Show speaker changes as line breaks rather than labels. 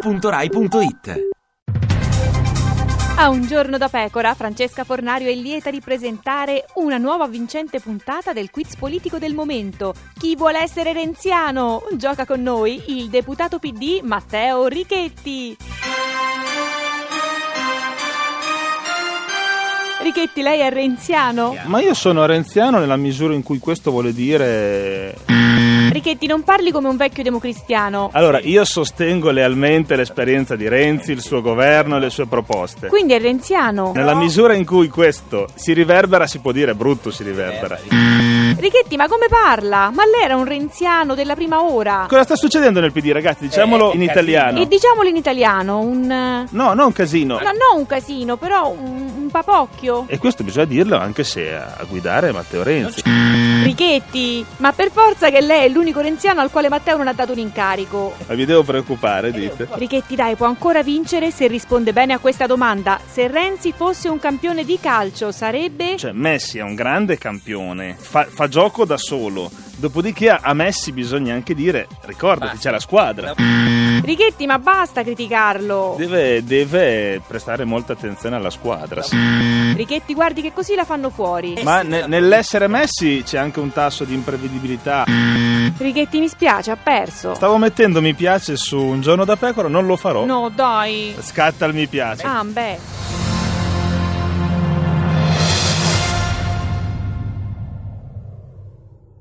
radio2pod.rai.it
A un giorno da pecora, Francesca Fornario è lieta di presentare una nuova vincente puntata del quiz politico del momento. Chi vuole essere renziano? Gioca con noi il deputato PD Matteo Richetti. Richetti, lei è renziano?
Ma io sono renziano nella misura in cui questo vuole dire...
Richetti, non parli come un vecchio democristiano.
Allora, io sostengo lealmente l'esperienza di Renzi, il suo governo e le sue proposte.
Quindi è renziano.
Nella misura in cui questo si riverbera, si può dire brutto si riverbera.
Richetti, ma come parla? Ma lei era un renziano della prima ora.
Cosa sta succedendo nel PD, ragazzi? Diciamolo
Eh,
in
casino.
italiano.
E diciamolo in italiano, un... eh,
No, non casino.
No, non un casino, però un, un papocchio.
E questo bisogna dirlo anche se a a guidare è Matteo Renzi.
Richetti, ma per forza che lei è l'unico renziano al quale Matteo non ha dato un incarico.
Ma vi devo preoccupare, dite.
Richetti dai può ancora vincere se risponde bene a questa domanda. Se Renzi fosse un campione di calcio sarebbe...
Cioè, Messi è un grande campione, fa, fa gioco da solo. Dopodiché a, a Messi bisogna anche dire, ricordati, c'è la squadra.
Richetti, ma basta criticarlo.
Deve, deve prestare molta attenzione alla squadra. sì.
Richetti, guardi che così la fanno fuori.
Ma ne- nell'essere Messi c'è anche un tasso di imprevedibilità.
Richetti, mi spiace, ha perso.
Stavo mettendo mi piace su un giorno da pecora, non lo farò.
No, dai.
Scatta il mi piace.
Ah, beh.